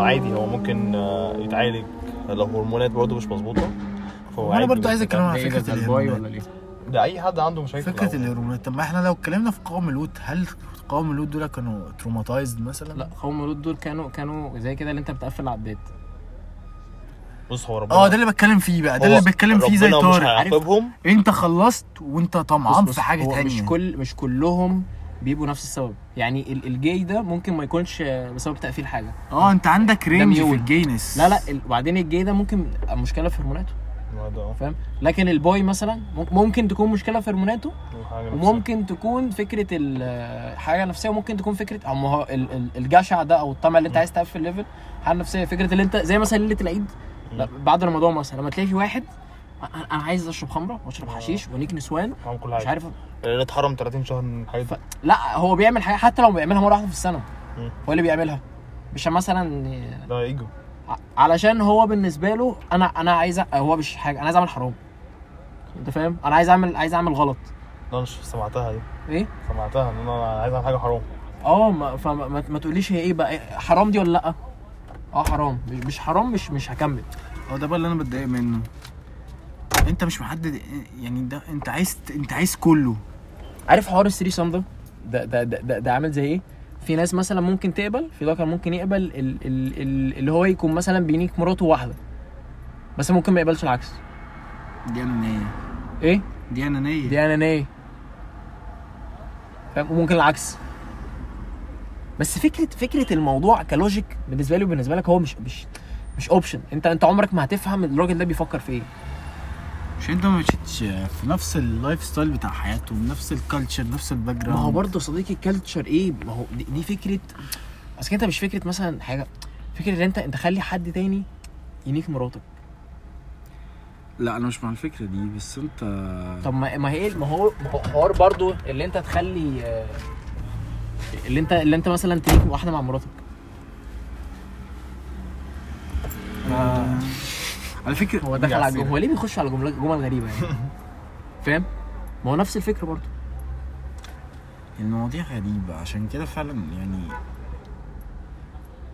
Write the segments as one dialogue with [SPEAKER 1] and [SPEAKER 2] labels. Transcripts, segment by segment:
[SPEAKER 1] عادي هو ممكن آه، يتعالج لو هرمونات برضه مش مظبوطه فهو
[SPEAKER 2] وانا
[SPEAKER 1] عادي
[SPEAKER 2] برضو
[SPEAKER 1] بس
[SPEAKER 2] عايز اتكلم
[SPEAKER 1] الكلام
[SPEAKER 2] على
[SPEAKER 3] ايه ده
[SPEAKER 2] فكره
[SPEAKER 3] تلباي
[SPEAKER 2] الهرمونات
[SPEAKER 3] ولا ليه؟
[SPEAKER 1] ده اي حد عنده مشاكل
[SPEAKER 2] فكره
[SPEAKER 1] الأول.
[SPEAKER 2] الهرمونات طب ما احنا لو اتكلمنا في قوم لوط هل قوم لوط دول كانوا تروماتايزد مثلا؟
[SPEAKER 3] لا قوم لوط دول كانوا كانوا زي كده اللي انت بتقفل عداد
[SPEAKER 1] بص هو ربنا
[SPEAKER 2] اه ده اللي بتكلم فيه بقى ده
[SPEAKER 1] هو
[SPEAKER 2] اللي بتكلم فيه زي
[SPEAKER 1] ربنا مش
[SPEAKER 2] طارق عارف؟
[SPEAKER 1] هيعاقبهم
[SPEAKER 2] انت خلصت وانت طمعان
[SPEAKER 3] بص
[SPEAKER 2] نعم، في حاجه
[SPEAKER 3] هو
[SPEAKER 2] تانية
[SPEAKER 3] مش كل مش كلهم بيبقوا نفس السبب يعني ال- الجاي ده ممكن ما يكونش بسبب تقفيل حاجه
[SPEAKER 2] اه انت عندك رينج في
[SPEAKER 3] ميول.
[SPEAKER 2] الجينس
[SPEAKER 3] لا لا ال- وبعدين الجاي ده ممكن مشكله في هرموناته
[SPEAKER 1] ما ده آه،
[SPEAKER 3] فاهم لكن الباي مثلا مم- ممكن تكون مشكله في هرموناته
[SPEAKER 1] حاجة نفسها.
[SPEAKER 3] وممكن تكون فكره ال- حاجه نفسيه وممكن تكون فكره او ما هو ال- ال- الجشع ده او الطمع اللي انت عايز تقفل ليفل حاجه نفسيه فكره اللي انت زي مثلا ليله العيد لا، بعد رمضان مثلا لما تلاقي في واحد أ- انا عايز اشرب خمره واشرب حشيش ونيك نسوان
[SPEAKER 1] حرام كل
[SPEAKER 3] مش
[SPEAKER 1] حاجه
[SPEAKER 3] عارف
[SPEAKER 1] اللي اتحرم 30 شهر من حياته
[SPEAKER 3] لا هو بيعمل حاجه حتى لو بيعملها مره واحده في السنه
[SPEAKER 1] مم.
[SPEAKER 3] هو اللي بيعملها مش مثلا
[SPEAKER 1] ده ايجو
[SPEAKER 3] ع- علشان هو بالنسبه له انا انا عايز أ- هو مش حاجه انا عايز اعمل حرام انت فاهم انا عايز اعمل عايز اعمل غلط
[SPEAKER 1] ده مش سمعتها دي
[SPEAKER 3] ايه
[SPEAKER 1] سمعتها ان انا عايز اعمل حاجه حرام
[SPEAKER 3] اه ما فما ما- ما تقوليش هي ايه بقى إيه، حرام دي ولا لا اه حرام مش- مش حرام مش مش هكمل
[SPEAKER 2] هو آه، ده بقى اللي انا بتضايق منه انت مش محدد يعني ده انت عايز انت عايز كله
[SPEAKER 3] عارف حوار الثري سام ده ده ده ده, ده, ده عامل زي ايه في ناس مثلا ممكن تقبل في ده كان ممكن يقبل ال ال ال اللي هو يكون مثلا بينيك مراته واحده بس ممكن ما يقبلش العكس
[SPEAKER 2] دي انانيه
[SPEAKER 3] ايه
[SPEAKER 2] دي انانيه
[SPEAKER 3] دي انانيه فاهم وممكن العكس بس فكره فكره الموضوع كلوجيك بالنسبه لي وبالنسبه لك هو مش مش مش اوبشن انت انت عمرك ما هتفهم الراجل ده بيفكر في ايه
[SPEAKER 2] مش انت ما مشيتش في نفس اللايف ستايل بتاع حياته نفس الكالتشر نفس الباك جراوند
[SPEAKER 3] ما هو برضه صديقي الكالتشر ايه ما هو دي, دي فكره اصل انت مش فكره مثلا حاجه فكره ان انت انت خلي حد تاني ينيك مراتك
[SPEAKER 2] لا انا مش مع الفكره دي بس انت
[SPEAKER 3] طب ما ما هي ما هو ما هو حوار برضه اللي انت تخلي آه، اللي انت اللي انت مثلا تنيك واحده مع مراتك
[SPEAKER 2] آه... على فكره
[SPEAKER 3] هو دخل على
[SPEAKER 1] بيعصير.
[SPEAKER 3] الجمل هو ليه بيخش على جمل جمل غريبه يعني فاهم ما هو نفس الفكر برضه
[SPEAKER 2] المواضيع غريبة عشان كده فعلا يعني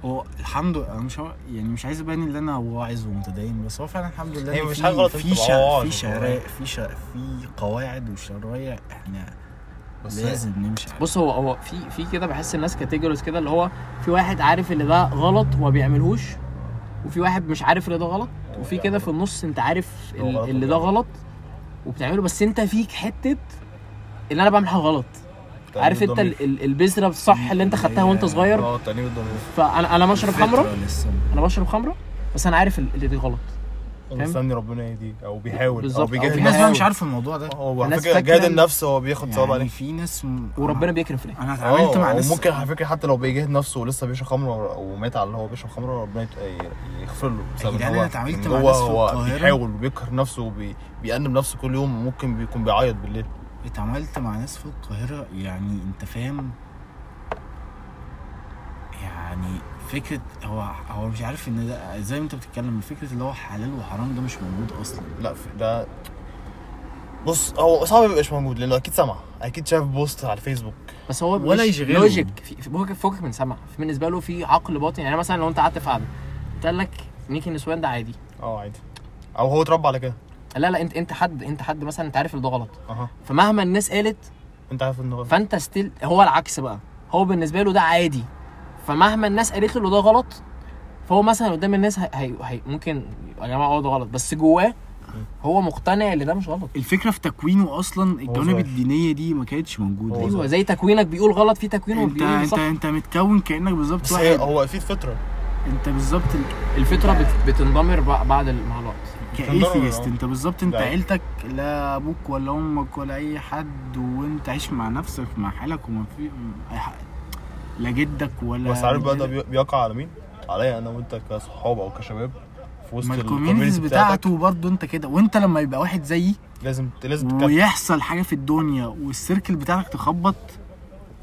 [SPEAKER 2] هو الحمد لله أنا مش هو- يعني مش عايز ابان ان انا واعظ ومتدين بس هو فعلا الحمد لله
[SPEAKER 1] هي
[SPEAKER 2] إن
[SPEAKER 1] مش
[SPEAKER 2] في-
[SPEAKER 1] حاجة غلط إن
[SPEAKER 2] في
[SPEAKER 1] أنت تبقى
[SPEAKER 2] شا...
[SPEAKER 1] واعظ
[SPEAKER 2] في
[SPEAKER 1] ومتدين.
[SPEAKER 2] شرائع في شا... في قواعد وشرايع احنا
[SPEAKER 1] بس
[SPEAKER 2] لازم نمشي عليها.
[SPEAKER 3] بص هو هو في في كده بحس الناس كاتيجوريز كده اللي هو في واحد عارف اللي ده غلط وما بيعملهوش وفي واحد مش عارف اللي ده غلط وفي كده في النص انت عارف
[SPEAKER 1] هو غلط
[SPEAKER 3] ال- اللي ده
[SPEAKER 1] وبيعمله.
[SPEAKER 3] غلط وبتعمله بس انت فيك حته اللي انا بعمل حاجه غلط
[SPEAKER 1] طيب،
[SPEAKER 3] عارف انت ال- ال- البذره الصح اللي انت خدتها وانت صغير
[SPEAKER 1] اه تقليب الضمير
[SPEAKER 3] فانا انا بشرب خمره
[SPEAKER 2] الفطرة لسه
[SPEAKER 3] انا بشرب خمره بس انا عارف ال- اللي دي غلط
[SPEAKER 1] مستني ربنا يهديك او بيحاول او
[SPEAKER 3] بالظبط، أو
[SPEAKER 1] بيجاهد
[SPEAKER 2] في
[SPEAKER 3] في
[SPEAKER 2] ناس
[SPEAKER 3] ناس
[SPEAKER 2] بقى
[SPEAKER 1] نفسه
[SPEAKER 2] مش عارفة الموضوع ده
[SPEAKER 1] هو على
[SPEAKER 3] الناس
[SPEAKER 1] فكره
[SPEAKER 3] فاكرة
[SPEAKER 1] جاهد
[SPEAKER 3] إن-
[SPEAKER 1] النفس هو بياخد ثواب
[SPEAKER 2] يعني
[SPEAKER 1] عليه
[SPEAKER 2] في ناس م...
[SPEAKER 3] وربنا بيكرم في الاخر
[SPEAKER 2] انا اتعاملت مع
[SPEAKER 1] آه،
[SPEAKER 2] ناس
[SPEAKER 1] وممكن على فكره حتى لو بيجاهد نفسه ولسه بيشرب خمره ومات على اللي هو بيشرب خمره ربنا يت- ي- يغفر له بسبب
[SPEAKER 2] جدعان،
[SPEAKER 1] إن
[SPEAKER 2] أنا
[SPEAKER 1] هو
[SPEAKER 2] اتعاملت
[SPEAKER 1] إن
[SPEAKER 2] مع
[SPEAKER 1] هو
[SPEAKER 2] ناس في
[SPEAKER 1] هو
[SPEAKER 2] القاهرة.
[SPEAKER 1] بيحاول وبيقهر نفسه وبيأنب نفسه كل يوم وممكن بيكون بيعيط بالليل
[SPEAKER 2] اتعاملت مع ناس في القاهرة يعني انت فاهم يعني فكرة هو هو مش عارف ان ده زي ما انت بتتكلم فكرة اللي هو حلال وحرام ده مش موجود اصلا
[SPEAKER 1] لا في- ده بص هو صعب ما يبقاش موجود لانه اكيد سمع اكيد شاف بوست على الفيسبوك
[SPEAKER 3] بس هو
[SPEAKER 2] ولا
[SPEAKER 3] مش
[SPEAKER 2] يشغله.
[SPEAKER 3] لوجيك في- في- فوقك فوقك من سمع في- بالنسبه له في عقل باطن يعني مثلا لو انت قعدت في قعده قال لك نيكي نسوان ده عادي
[SPEAKER 1] اه عادي او هو اتربى على كده
[SPEAKER 3] لا لا انت انت حد انت حد مثلا انت عارف ان ده غلط
[SPEAKER 1] اها
[SPEAKER 3] فمهما الناس قالت
[SPEAKER 1] انت عارف ان هو
[SPEAKER 3] فانت ستيل هو العكس بقى هو بالنسبه له ده عادي فمهما الناس قالت له ده غلط فهو مثلا قدام الناس هي هي هي ممكن يا جماعه هو ده غلط بس جواه هو مقتنع ان ده مش غلط
[SPEAKER 2] الفكرة في تكوينه اصلا الجوانب
[SPEAKER 1] صغير.
[SPEAKER 2] الدينية دي ما كانتش موجودة
[SPEAKER 1] هو صغير.
[SPEAKER 3] ايوه زي تكوينك بيقول غلط في تكوين
[SPEAKER 2] انت
[SPEAKER 3] وبيقول
[SPEAKER 2] انت
[SPEAKER 3] صح
[SPEAKER 2] انت متكون كانك بالظبط
[SPEAKER 1] بس هي-
[SPEAKER 2] واحد
[SPEAKER 1] هو اكيد فطره
[SPEAKER 2] انت بالظبط
[SPEAKER 3] الفطره بت- بتندمر بع- بعد ال- مع الوقت
[SPEAKER 2] كايثيست انت بالظبط انت
[SPEAKER 1] ده حقيقي.
[SPEAKER 2] عيلتك لا ابوك ولا امك ولا اي حد وانت عايش مع نفسك مع حالك وما في اي حق لا جدك ولا
[SPEAKER 1] بس عارف بقى ده
[SPEAKER 2] جدك.
[SPEAKER 1] بي- بيقع على مين؟ عليا انا وانت كصحاب او كشباب في وسط
[SPEAKER 2] ما
[SPEAKER 1] الكوميونيتيز
[SPEAKER 2] الكوميونيتيز بتاعته برضه انت كده وانت لما يبقى واحد زيي
[SPEAKER 1] لازم لازم تتكلم
[SPEAKER 2] ويحصل حاجه في الدنيا والسيركل بتاعك تخبط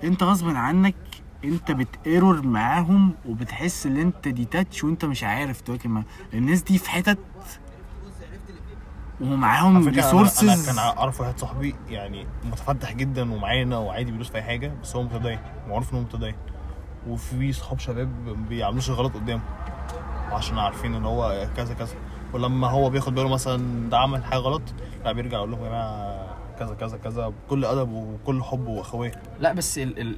[SPEAKER 2] انت غصب عنك انت بتيرور معاهم وبتحس ان انت ديتاتش وانت مش عارف تواكب معاهم الناس دي في حتت ومعاهم
[SPEAKER 1] على فكرة أنا- انا
[SPEAKER 2] ريسورسز
[SPEAKER 1] كان اعرف واحد صاحبي يعني متفتح جدا ومعانا وعادي بيدوس في اي حاجه بس هو متدين وعارف ان هو متدين وفي صحاب شباب ما بيعملوش الغلط قدامه عشان عارفين ان هو كذا كذا ولما هو بياخد باله مثلا ده عمل حاجه غلط لا بيرجع يقول لهم يا جماعه كذا كذا كذا بكل ادب وكل حب واخويه
[SPEAKER 3] لا بس ال... ال...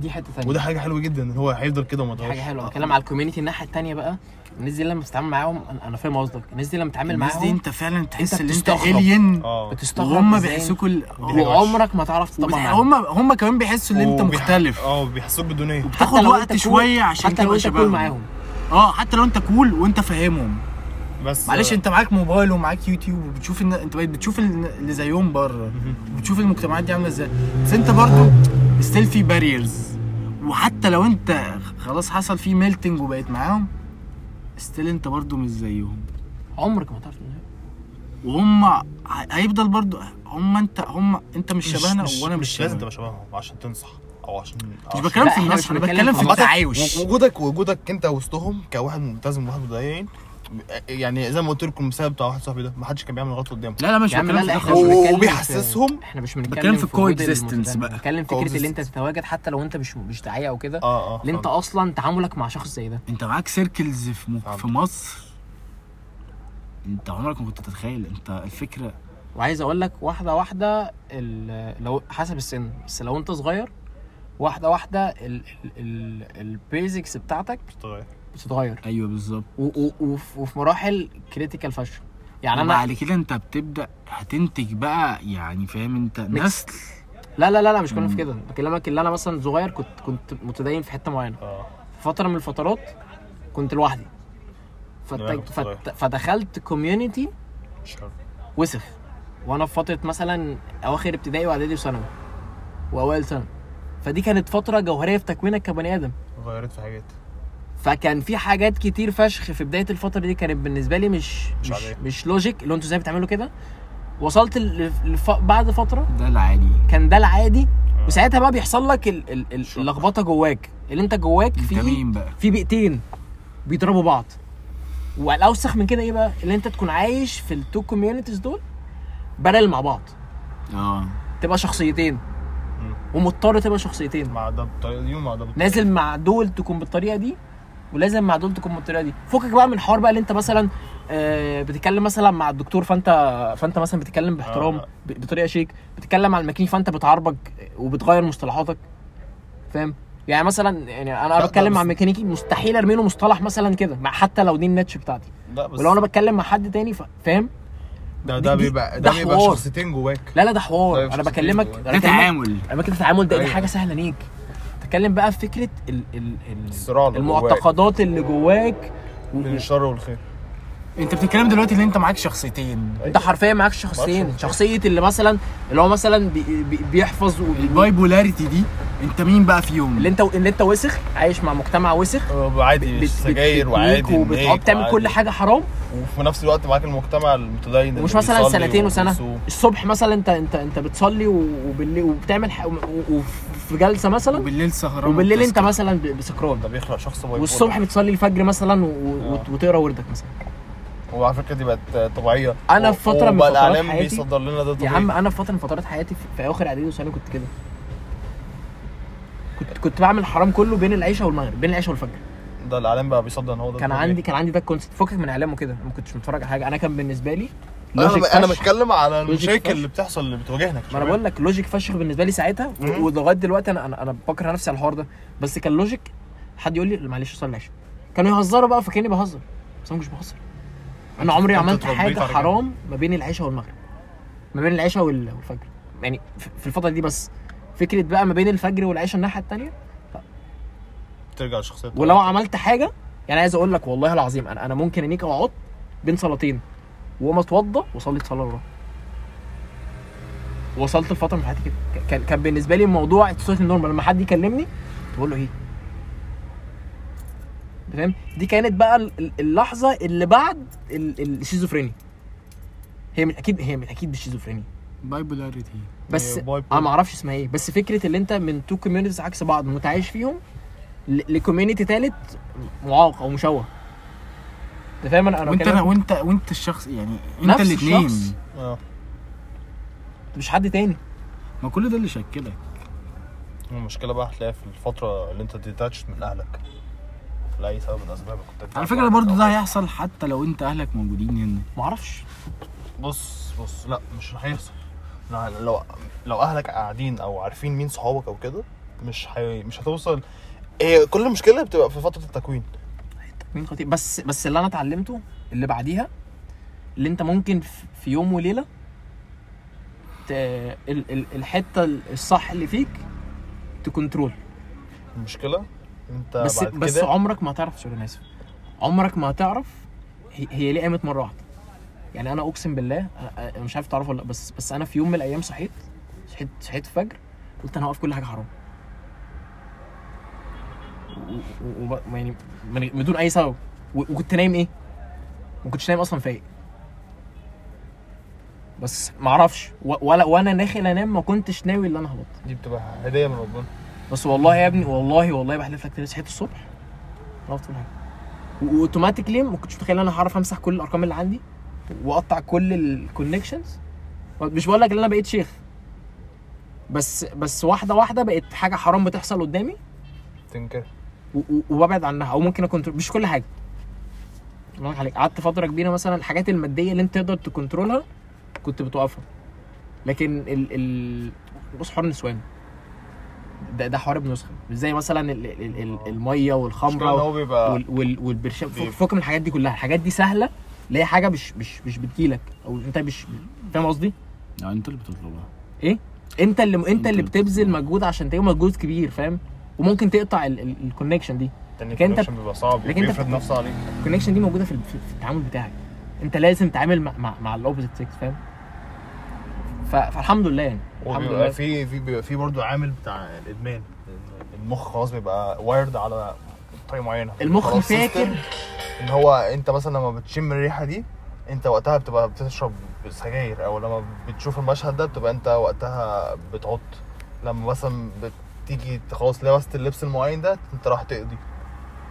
[SPEAKER 3] دي حته ثانيه
[SPEAKER 1] وده حاجه حلوه جدا ان هو هيفضل كده وما
[SPEAKER 3] دي حاجه
[SPEAKER 1] يتغيرش.
[SPEAKER 3] حلوه
[SPEAKER 1] آه.
[SPEAKER 3] بتكلم على الكوميونتي الناحيه الثانيه بقى الناس دي لما بتتعامل معاهم أنا- انا فاهم قصدك الناس دي لما بتتعامل
[SPEAKER 2] الناس دي
[SPEAKER 3] معاهم
[SPEAKER 2] انت فعلا تحس ان انت
[SPEAKER 3] بتستغرب.
[SPEAKER 2] الين
[SPEAKER 1] اه
[SPEAKER 3] بتستغرب
[SPEAKER 2] وهم
[SPEAKER 3] إزاي.
[SPEAKER 2] بيحسوك ال...
[SPEAKER 1] حاجة وحشة.
[SPEAKER 3] وعمرك ما تعرف
[SPEAKER 2] وبتح-
[SPEAKER 3] تطبع معاهم
[SPEAKER 2] هم هم كمان بيحسوا ان انت
[SPEAKER 1] وبيح-
[SPEAKER 2] مختلف
[SPEAKER 1] اه بيحسوك بدونيه
[SPEAKER 3] حتى
[SPEAKER 2] بتاخد
[SPEAKER 3] لو
[SPEAKER 2] وقت
[SPEAKER 3] أنت
[SPEAKER 2] شويه
[SPEAKER 3] cool-
[SPEAKER 2] عشان
[SPEAKER 3] حتى لو
[SPEAKER 2] تبقى
[SPEAKER 3] انت كول
[SPEAKER 2] شبههم.
[SPEAKER 3] معاهم
[SPEAKER 2] اه حتى لو انت كول وانت فاهمهم
[SPEAKER 1] بس
[SPEAKER 2] معلش انت معاك موبايل ومعاك يوتيوب وبتشوف ان... انت بقيت بتشوف ال- اللي زيهم بره بتشوف المجتمعات دي عامله ازاي بس انت برضو ستيل في باريرز وحتى لو انت خلاص حصل في ميلتنج وبقيت معاهم ستيل انت برضو مش زيهم
[SPEAKER 3] عمرك ما تعرف
[SPEAKER 2] وهم ه- هيفضل برضو هم انت هم انت مش شبهنا وانا مش
[SPEAKER 1] مش لازم
[SPEAKER 2] شبهك
[SPEAKER 1] تبقى شبههم عشان تنصح او عشان
[SPEAKER 2] مش
[SPEAKER 1] عشان-
[SPEAKER 2] بتكلم
[SPEAKER 3] لا،
[SPEAKER 2] في
[SPEAKER 3] احنا
[SPEAKER 2] النصح
[SPEAKER 3] مش
[SPEAKER 2] انا
[SPEAKER 3] بنتكلم
[SPEAKER 2] بتكلم في
[SPEAKER 3] في
[SPEAKER 1] عامة،
[SPEAKER 2] التعايش
[SPEAKER 1] و- وجودك وجودك انت وسطهم كواحد ملتزم وواحد متدين يعني زي ما قلت لكم المثال بتاع واحد صاحبي ده ما حدش كان بيعمل غلط قدامه
[SPEAKER 2] لا لا مش
[SPEAKER 3] يا عم
[SPEAKER 2] بتكلم
[SPEAKER 3] لا
[SPEAKER 2] في
[SPEAKER 3] لا
[SPEAKER 2] ده
[SPEAKER 3] احنا
[SPEAKER 2] خالص.
[SPEAKER 3] مش بنتكلم
[SPEAKER 1] وبيحسسهم.
[SPEAKER 3] احنا مش بنتكلم
[SPEAKER 2] بتكلم في
[SPEAKER 3] وجود
[SPEAKER 2] coexistence
[SPEAKER 3] المتداول.
[SPEAKER 2] بقى. آه،
[SPEAKER 3] بنتكلم فكره اللي انت
[SPEAKER 1] coexistence.
[SPEAKER 3] تتواجد حتى لو انت مش مش داعيه او كده
[SPEAKER 1] اه اه
[SPEAKER 3] اللي انت
[SPEAKER 1] فاهم.
[SPEAKER 3] اصلا تعاملك مع شخص زي ده
[SPEAKER 2] انت معاك سيركلز في م...
[SPEAKER 1] فهمت.
[SPEAKER 2] في مصر انت عمرك ما كنت تتخيل انت الفكره
[SPEAKER 3] وعايز اقول لك واحده واحده ال- لو حسب السن بس لو انت صغير واحده واحده البيزكس بتاعتك
[SPEAKER 1] بتتغير.
[SPEAKER 3] بتتغير
[SPEAKER 2] ايوه بالظبط
[SPEAKER 3] و- و- وف- وفي مراحل كريتيكال فشل يعني انا
[SPEAKER 2] وبعد كده انت بتبدا هتنتج بقى يعني فاهم انت نسل
[SPEAKER 3] لا لا لا لا مش بتكلم في كده بكلمك اللي انا مثلا صغير كنت كنت متدين في حته معينه
[SPEAKER 1] اه
[SPEAKER 3] في فتره من الفترات كنت لوحدي
[SPEAKER 1] نعم،
[SPEAKER 3] فت...
[SPEAKER 1] صغير.
[SPEAKER 3] فت... فدخلت كوميونتي
[SPEAKER 1] شر.
[SPEAKER 3] وسخ وانا في فتره مثلا اواخر ابتدائي واعدادي وثانوي واوائل ثانوي فدي كانت فتره جوهريه في تكوينك كبني ادم
[SPEAKER 1] غيرت في حاجات
[SPEAKER 3] فكان في حاجات كتير فشخ في بدايه الفتره دي كانت بالنسبه لي مش
[SPEAKER 1] مش
[SPEAKER 3] مش,
[SPEAKER 1] عادية.
[SPEAKER 3] مش لوجيك اللي انتوا ازاي بتعملوا كده وصلت ل... لف... بعد فتره
[SPEAKER 2] ده العادي
[SPEAKER 3] كان ده العادي وساعتها بقى بيحصل لك ال- ال- ال-
[SPEAKER 1] شوك.
[SPEAKER 3] اللخبطه جواك اللي انت جواك
[SPEAKER 2] انت
[SPEAKER 3] في
[SPEAKER 2] مين بقى
[SPEAKER 3] في بيئتين بيضربوا بعض والاوسخ من كده ايه بقى اللي انت تكون عايش في التو كوميونيتيز دول بارل مع بعض آه.
[SPEAKER 2] اه
[SPEAKER 3] تبقى شخصيتين ومضطر تبقى شخصيتين
[SPEAKER 1] مع ده بالطريقه دي ومع ده بالطريقه
[SPEAKER 3] نازل مع دول تكون بالطريقه دي ولازم مع دول تكون بالطريقه دي فكك بقى من الحوار بقى اللي انت مثلا آه، بتتكلم مثلا مع الدكتور فانت فانت مثلا بتتكلم باحترام
[SPEAKER 1] آه.
[SPEAKER 3] ب- بطريقه شيك بتتكلم مع الميكانيكي فانت بتعربج وبتغير مصطلحاتك فاهم يعني مثلا يعني
[SPEAKER 1] لا،
[SPEAKER 3] انا
[SPEAKER 1] لا،
[SPEAKER 3] بتكلم
[SPEAKER 1] بس-
[SPEAKER 3] مع الميكانيكي مستحيل ارمي له مصطلح مثلا كده مع- حتى لو دي الناتش بتاعتي
[SPEAKER 1] لا بس
[SPEAKER 3] ولو انا بتكلم مع حد تاني ف- فاهم
[SPEAKER 1] ده
[SPEAKER 3] دي-
[SPEAKER 1] ده
[SPEAKER 3] دي-
[SPEAKER 1] بيبقى
[SPEAKER 3] ده
[SPEAKER 1] ده بيبقى
[SPEAKER 3] حوار.
[SPEAKER 1] شخصيتين جواك
[SPEAKER 3] لا لا ده
[SPEAKER 1] لا،
[SPEAKER 3] حوار
[SPEAKER 1] مش
[SPEAKER 3] انا
[SPEAKER 1] كتير
[SPEAKER 3] بكلمك
[SPEAKER 1] جوه.
[SPEAKER 3] انا
[SPEAKER 2] ده
[SPEAKER 3] بكلمك
[SPEAKER 2] تعامل
[SPEAKER 3] انا كده التعامل ده دي
[SPEAKER 1] أيوة.
[SPEAKER 3] حاجه سهله ليك بتتكلم بقى في فكره ال ال ال
[SPEAKER 1] الصراع اللي جواك
[SPEAKER 3] المعتقدات اللي جواك و-
[SPEAKER 1] بين الشر والخير
[SPEAKER 2] انت بتتكلم دلوقتي ان انت معاك شخصيتين
[SPEAKER 3] انت حرفيا معاك شخصين
[SPEAKER 1] معاك
[SPEAKER 3] شخصيه اللي مثلا اللي هو مثلا بي بي بيحفظ وبي-
[SPEAKER 2] البايبولاريتي دي انت مين بقى فيهم
[SPEAKER 3] اللي انت اللي انت وسخ عايش مع مجتمع وسخ
[SPEAKER 1] آه، عادي
[SPEAKER 3] بت-
[SPEAKER 1] سجاير
[SPEAKER 3] بتنيك
[SPEAKER 1] وعادي
[SPEAKER 3] وبتقعد
[SPEAKER 1] نيك
[SPEAKER 3] تعمل كل
[SPEAKER 1] وعادي.
[SPEAKER 3] حاجه حرام
[SPEAKER 1] وفي نفس الوقت معاك المجتمع المتدين اللي
[SPEAKER 3] ومش مثلا
[SPEAKER 1] بيصلي
[SPEAKER 3] سنتين وسنه
[SPEAKER 1] وبيصوم.
[SPEAKER 3] الصبح مثلا انت انت انت بتصلي و- وبالليل وبتعمل ح- و- وفي جلسه مثلا
[SPEAKER 2] وبالليل سهران
[SPEAKER 3] وبالليل انت
[SPEAKER 2] وبتسكر.
[SPEAKER 3] مثلا ب- بسكران
[SPEAKER 1] ده بيخلق شخص بايبولار
[SPEAKER 3] والصبح بتصلي الفجر مثلا و- و-
[SPEAKER 1] طيب، آه.
[SPEAKER 3] وتقرا وردك مثلا
[SPEAKER 1] وعلى فكره دي بقت طبيعيه
[SPEAKER 3] أنا
[SPEAKER 1] و-
[SPEAKER 3] في فترة من
[SPEAKER 1] وبقى
[SPEAKER 3] فترات
[SPEAKER 1] الاعلام
[SPEAKER 3] حياتي-
[SPEAKER 1] بيصدر لنا ده
[SPEAKER 3] يا
[SPEAKER 1] طبيعي
[SPEAKER 3] عم انا في فتره من فترات حياتي في- في اواخر اعدادي وثانوي كنت كده كنت كنت بعمل الحرام كله بين العشاء والمغرب بين العشاء والفجر
[SPEAKER 1] ده الاعلام بقى بيصدر ان هو ده
[SPEAKER 3] كان
[SPEAKER 1] الطبيعي.
[SPEAKER 3] عندي كان عندي ده الكونسيبت فكك من اعلام وكده أنا ما كنتش متفرج على حاجه انا كان بالنسبه لي logic
[SPEAKER 1] انا انا
[SPEAKER 3] فشخ.
[SPEAKER 1] بتكلم على
[SPEAKER 3] لوجيك
[SPEAKER 1] المشاكل
[SPEAKER 3] فشخ.
[SPEAKER 1] اللي بتحصل اللي بتواجهنا
[SPEAKER 3] ما انا بقول لك لوجيك فشخ بالنسبه لي ساعتها و-
[SPEAKER 1] مم.
[SPEAKER 3] ولغايه دلوقتي انا انا انا بكره نفسي على الحوار ده بس كان لوجيك حد يقول لي معلش صلي العشاء كانوا يهزروا بقى فكاني بهزر بس انا مش بهزر انا عمري
[SPEAKER 1] أنت
[SPEAKER 3] عملت
[SPEAKER 1] اتربيت
[SPEAKER 3] حاجه
[SPEAKER 1] على كده.
[SPEAKER 3] حرام ما بين العشاء والمغرب ما بين العشاء وال- والفجر يعني في- في الفتره دي بس فكره بقى ما بين الفجر والعشاء الناحيه التانية
[SPEAKER 1] ترجع لشخصيه
[SPEAKER 3] ولو عملت حاجه يعني عايز اقول لك والله العظيم انا انا ممكن انيك اقعد بين صلاتين وما اتوضى وصليت صلاه وراها وصلت لفتره من حياتي كده ك- كان كان بالنسبه لي الموضوع اتس نورمال لما حد يكلمني بقول له ايه فاهم دي كانت بقى ال- ال- اللحظه اللي بعد ال- ال- الشيزوفرينيا هي من اكيد هي من اكيد مش شيزوفرينيا
[SPEAKER 2] بايبولاريتي
[SPEAKER 3] بس
[SPEAKER 1] إيه، باي بول.
[SPEAKER 3] انا ما اعرفش اسمها ايه بس فكره اللي انت من تو كوميونيتيز عكس بعض متعايش فيهم ل- لكوميونيتي تالت معاق او مشوه انت فاهم انا انا
[SPEAKER 2] وانت
[SPEAKER 3] بكلمك-
[SPEAKER 2] وانت وانت الشخص يعني انت
[SPEAKER 3] نفس
[SPEAKER 2] الاثنين
[SPEAKER 3] الشخص.
[SPEAKER 1] اه
[SPEAKER 3] مش حد تاني
[SPEAKER 2] ما كل ده اللي شكلك
[SPEAKER 1] المشكله بقى هتلاقيها في الفتره اللي انت ديتاتشت من اهلك لاي سبب من اسبابك كنت
[SPEAKER 2] على فكره برضو ده هيحصل حتى لو انت اهلك موجودين هنا
[SPEAKER 3] معرفش
[SPEAKER 1] بص بص لا مش هيحصل لا، لو لو اهلك قاعدين او عارفين مين صحابك او كده مش حي... مش هتوصل إيه كل المشكله بتبقى في فتره التكوين
[SPEAKER 3] مين خطير بس بس اللي انا اتعلمته اللي بعديها اللي انت ممكن ف- في يوم وليله ت... ال... ال... الحته الصح اللي فيك تكنترول
[SPEAKER 1] المشكله انت
[SPEAKER 3] بس
[SPEAKER 1] بعد
[SPEAKER 3] بس
[SPEAKER 1] كده
[SPEAKER 3] عمرك ما هتعرف سوري انا اسف عمرك ما هتعرف هي, هي ليه قامت مره واحده يعني انا اقسم بالله أنا- انا مش عارف تعرفه ولا لأ، بس بس انا في يوم من الايام صحيت صحيت صحيت الفجر قلت انا هوقف كل حاجه حرام و- و- وب- يعني من بدون اي سبب و- وكنت نايم ايه؟ ما كنتش نايم اصلا فايق بس معرفش و- ولا وانا داخل انام ما كنتش ناوي ان انا هبط
[SPEAKER 1] دي بتبقى هديه من ربنا
[SPEAKER 3] بس والله يا ابني والله والله بحلف لك تاني صحيت الصبح عرفت كل حاجه واوتوماتيكلي ما كنتش متخيل ان انا هعرف امسح كل الارقام اللي عندي واقطع كل الكونكشنز مش بقول لك ان انا بقيت شيخ بس بس واحده واحده بقت حاجه حرام بتحصل قدامي
[SPEAKER 1] تنكر
[SPEAKER 3] و- و- وببعد عنها او ممكن اكنترول مش كل حاجه الله عليك قعدت فتره كبيره مثلا الحاجات الماديه اللي انت تقدر تكنترولها كنت بتوقفها لكن ال ال بص حوار النسوان ده ده حوار ابن نسخه مش زي مثلا ال ال ال الميه
[SPEAKER 1] المشكله ان
[SPEAKER 3] والخمره
[SPEAKER 1] هو بيبقى
[SPEAKER 3] وال وال والبرشام
[SPEAKER 1] بيبقى-
[SPEAKER 3] فك من الحاجات دي كلها الحاجات دي سهله اللي هي حاجه مش مش مش بتجيلك او انت مش فاهم قصدي؟
[SPEAKER 2] يعني انت اللي بتطلبها
[SPEAKER 3] انت اللي انت
[SPEAKER 2] انت
[SPEAKER 3] اللي
[SPEAKER 2] اللي
[SPEAKER 3] بتبذل
[SPEAKER 2] بتطلع.
[SPEAKER 3] مجهود عشان تلاقي مجهود كبير فاهم؟ وممكن تقطع الكونكشن دي
[SPEAKER 1] تاني
[SPEAKER 3] لكن انت-
[SPEAKER 1] connection يعني بيبقى صعب
[SPEAKER 3] لكن انت-
[SPEAKER 1] بيفرض نفسه عليك
[SPEAKER 3] الكونكشن دي موجوده في ال- في التعامل بتاعك انت لازم تتعامل مع مع, مع الاوبوزيت سيكس فاهم ف- فالحمد لله يعني الحمد لله
[SPEAKER 1] وبيبقى في في بيبقى في برضه عامل بتاع الادمان المخ خلاص بيبقى وايرد على طريقه معينه
[SPEAKER 3] المخ
[SPEAKER 1] خلاص
[SPEAKER 3] فاكر-
[SPEAKER 1] system ان هو انت مثلا لما بتشم الريحه دي انت وقتها بتبقى بتشرب سجاير او لما بتشوف المشهد ده بتبقى انت وقتها بتعط لما مثلا بتيجي خلاص لبست اللبس المعين ده انت راح تقضي